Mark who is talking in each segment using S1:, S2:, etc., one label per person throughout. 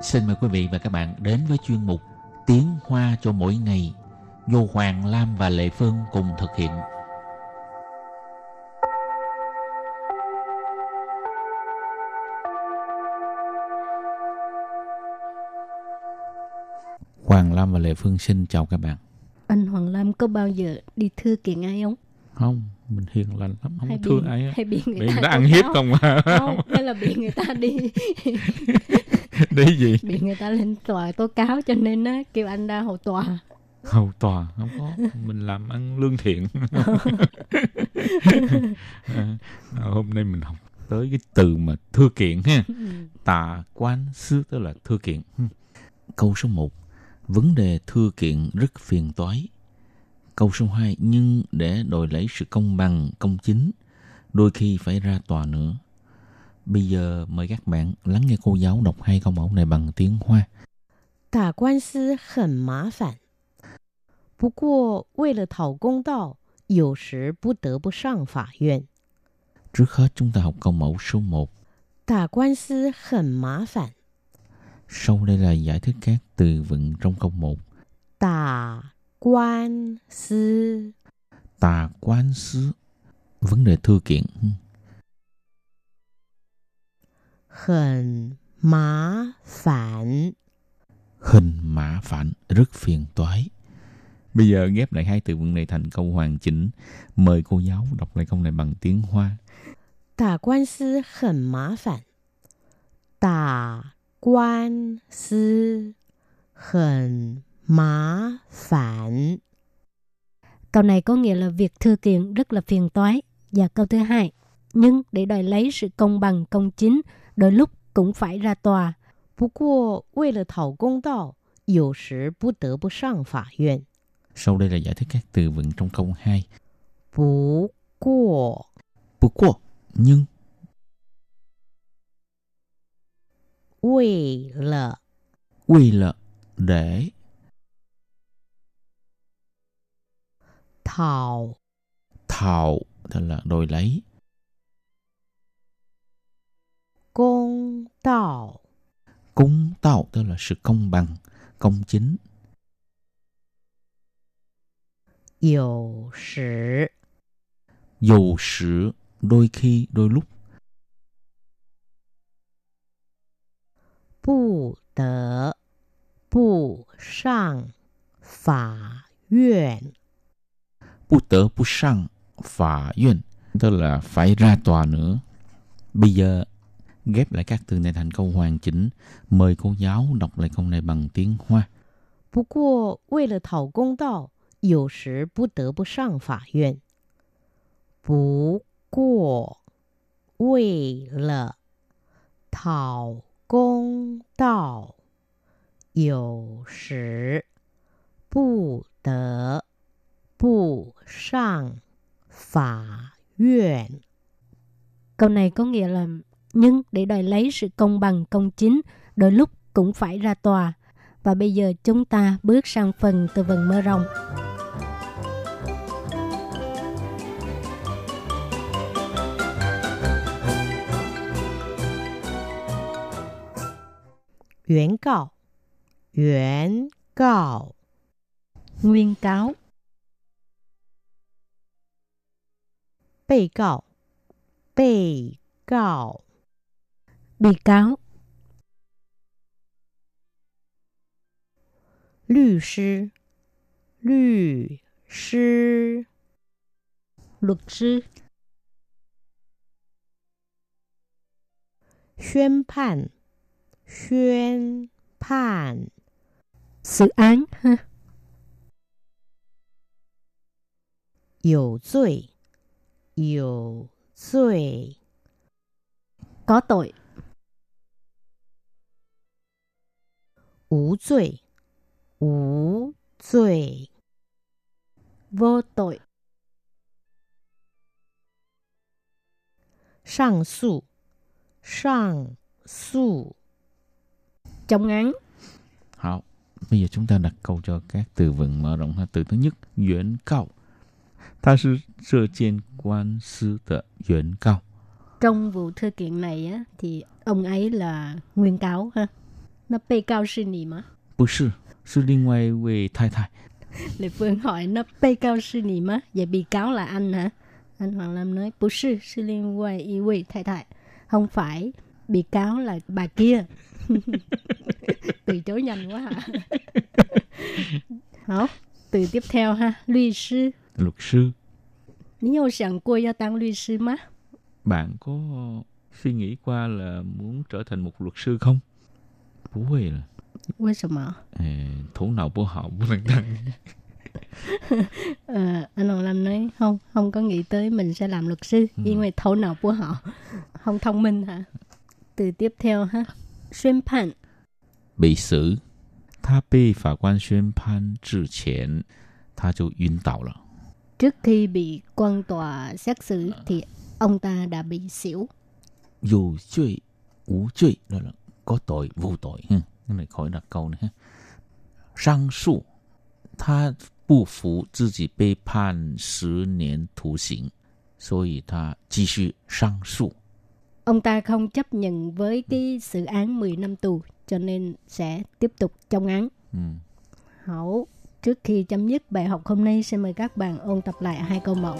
S1: Xin mời quý vị và các bạn đến với chuyên mục Tiếng Hoa cho mỗi ngày do Hoàng Lam và Lệ Phương cùng thực hiện. Hoàng Lam và Lệ Phương xin chào các bạn.
S2: Anh Hoàng Lam có bao giờ đi thưa kiện ai không?
S1: Không, mình hiền lành lắm, không
S2: Hay
S1: có thương
S2: bị-
S1: ai á.
S2: Hay bị người
S1: Bị
S2: ta
S1: người ta
S2: tố
S1: ăn hiếp
S2: cáo?
S1: không
S2: Không, hay là bị người ta đi,
S1: Để gì?
S2: bị người ta lên tòa tố cáo cho nên á, kêu anh ra hầu tòa.
S1: Hầu tòa không có, mình làm ăn lương thiện. à, hôm nay mình học tới cái từ mà thưa kiện ha.
S2: Ừ.
S1: Tạ quan sư tức là thư kiện. Hmm. Câu số 1. Vấn đề thư kiện rất phiền toái. Câu số 2. Nhưng để đòi lấy sự công bằng, công chính, đôi khi phải ra tòa nữa. Bây giờ mời các bạn lắng nghe cô giáo đọc hai câu mẫu này bằng tiếng Hoa.
S3: 打官司很麻烦，不过为了讨公道，有时不得不上法院。
S1: Trước hết chúng ta học câu mẫu số 1.
S3: 打官司很麻烦，
S1: Sau đây là giải thích các từ vựng trong câu 1.
S3: 打官司
S1: Tà quan sứ, vấn đề thư kiện. Hmm.
S3: 很麻烦，
S1: hình mã phản rất phiền toái. Bây giờ ghép lại hai từ vựng này thành câu hoàn chỉnh. Mời cô giáo đọc lại câu này bằng tiếng Hoa.
S3: 打官司很麻烦，打官司很麻烦。
S2: Câu này có nghĩa là việc thưa kiện rất là phiền toái. Và câu thứ hai, nhưng để đòi lấy sự công bằng công chính, đôi lúc cũng phải ra tòa.
S3: 不过为了讨公道，有时不得不上法院。
S1: Sau đây là giải thích các từ vựng trong câu 2.
S3: 不过
S1: Bất quá, nhưng
S3: 为了
S1: quy là để
S3: 讨
S1: thảo tức là đòi lấy
S3: 公道，
S1: cúng tạo tức là sự công bằng, công chính
S3: 有时
S1: dầu sự đôi khi đôi lúc
S3: 不得不上法院。
S1: 不得不上法院, tức là phải ra tòa nữa. Bây giờ ghép lại các từ này thành câu hoàn chỉnh. Mời cô giáo đọc lại câu này bằng tiếng Hoa.
S3: 不过为了讨公道，有时不得不上法院。不过为了讨公道，有时不得不上法院。
S2: Câu này có nghĩa là nhưng để đòi lấy sự công bằng công chính, đôi lúc cũng phải ra tòa. Và bây giờ chúng ta bước sang phần từ vựng mơ rồng.
S3: 原告，原告，
S2: Nguyên cáo,
S3: 被告，被告。
S2: bị cáo,
S3: 律师，律师，
S2: luật sư,
S3: 宣判，宣判，
S2: xử án, ha,
S3: 有罪，有罪，
S2: có tội,
S3: 无罪，无罪，
S2: vô tội,
S3: 上诉，上诉，
S2: chống án,
S1: Hảo. Bây giờ chúng ta đặt câu cho các từ vựng mở rộng ha. Từ thứ nhất, duyễn cao. Ta sư sơ trên quan sư tờ duyễn cao.
S2: trong vụ thư kiện này á, thì ông ấy là nguyên cáo ha. 那被告是你吗？
S1: 不是，是另外一位太太。
S2: Lê Phương hỏi nó被告是你吗? Vậy bị cáo là anh hả? Anh Hoàng Lam nói, bố sư, sư liên quan y quy thay thay. Không phải, bị cáo là bà kia. Từ chối nhanh quá hả? Hảo, từ tiếp theo ha, luật sư.
S1: Luật sư,
S2: Nếu có sẵn cô gia tăng luật sư má,
S1: bạn có suy nghĩ qua là muốn trở thành một luật sư không? 不会了，
S2: 为什么？
S1: 哎，头脑不好不能当。
S2: Ờ, anh Hoàng Lam nói không, không có nghĩ tới mình sẽ làm luật sư,
S1: Ừ.
S2: vì ngoài thấu não của họ không thông minh hả? Từ tiếp theo ha, xuyên phản
S1: 被xử，他被法官宣判之前，他就晕倒了。
S2: trước khi bị quan tòa xét xử thì ông ta đã bị xỉu.
S1: 有罪无罪，đó là có tội vô tội. Ừ, Cái này khỏi đặt câu nữa. ha. Sang su, ta 不服自己被判十年徒刑，所以他继续上诉。
S2: Ông ta không chấp nhận với cái sự án 10 năm tù cho nên sẽ tiếp tục trong án.
S1: 嗯，
S2: Hảo, trước khi chấm dứt bài học hôm nay xin mời các bạn ôn tập lại hai câu mẫu.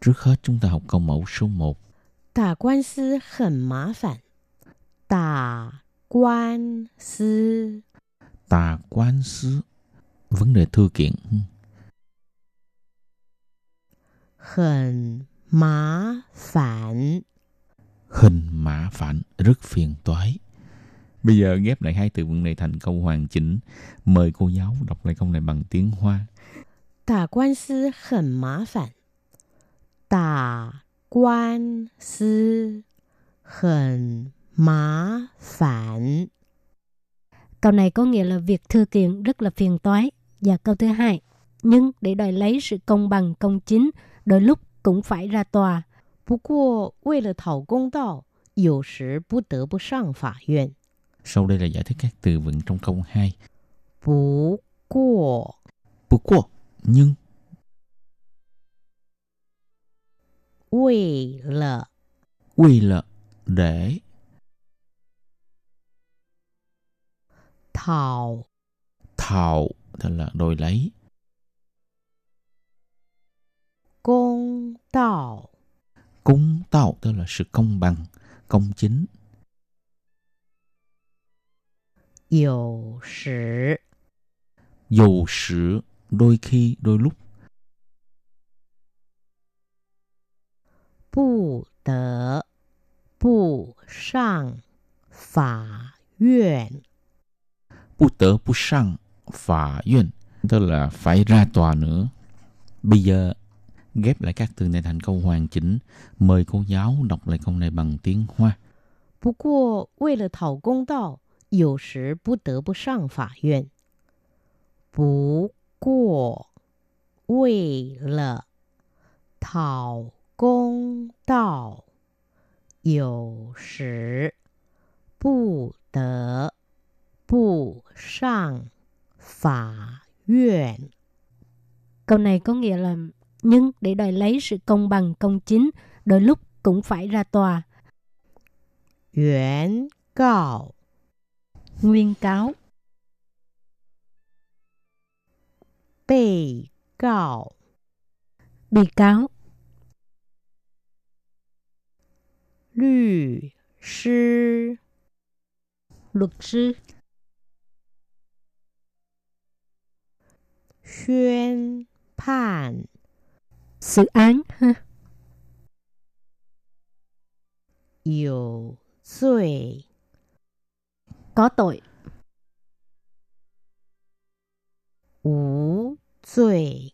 S1: trước hết chúng ta học câu mẫu số 1.
S3: 打官司很麻烦。打官司，
S1: Tà quan sứ, vấn đề thư kiện. Ừ,
S3: 很麻烦。
S1: Hình mã phản, rất phiền toái. Bây giờ ghép lại hai từ vựng này thành câu hoàn chỉnh. Mời cô giáo đọc lại câu này bằng tiếng Hoa.
S3: 打官司很麻烦。打官司很麻烦。
S2: Câu này có nghĩa là việc thư kiện rất là phiền toái. Và câu thứ hai, nhưng để đòi lấy sự công bằng công chính, đôi lúc cũng phải ra tòa.
S3: 不过，为了讨公道，有时不得不上法院。
S1: Sau đây là giải thích các từ vựng trong câu 2.
S3: 不过，
S1: 不过 nhưng
S3: 为了
S1: quy là để
S3: 讨
S1: thảo tức là đòi lấy
S3: 公道，
S1: công tạo tức là sự công bằng công chính
S3: 有时
S1: dầu sự đôi khi đôi lúc
S3: 不得不上法院。
S1: bu tớ bu sang phả yên tức là phải ra tòa nữa bây giờ ghép lại các từ này thành câu hoàn chỉnh mời cô giáo đọc lại câu này bằng tiếng hoa
S3: 不过，为了讨公道，有时不得不上法院。不过，为了讨公道，有时不得不上法院。
S2: Câu này có nghĩa là nhưng để đòi lấy sự công bằng công chính, đôi lúc cũng phải ra tòa.
S3: 原告
S2: Nguyên cáo
S3: 被告
S2: bị cáo
S3: 律师
S2: luật sư
S3: 宣判。
S2: sự án ha,
S3: 有罪
S2: có tội
S3: 无罪，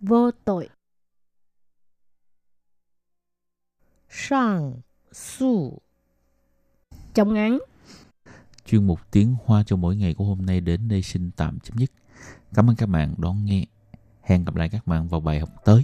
S2: vô tội
S3: 上诉
S2: chống án
S1: chuyên mục tiếng hoa cho mỗi ngày của hôm nay đến đây xin tạm chấm dứt cảm ơn các bạn đón nghe hẹn gặp lại các bạn vào bài học tới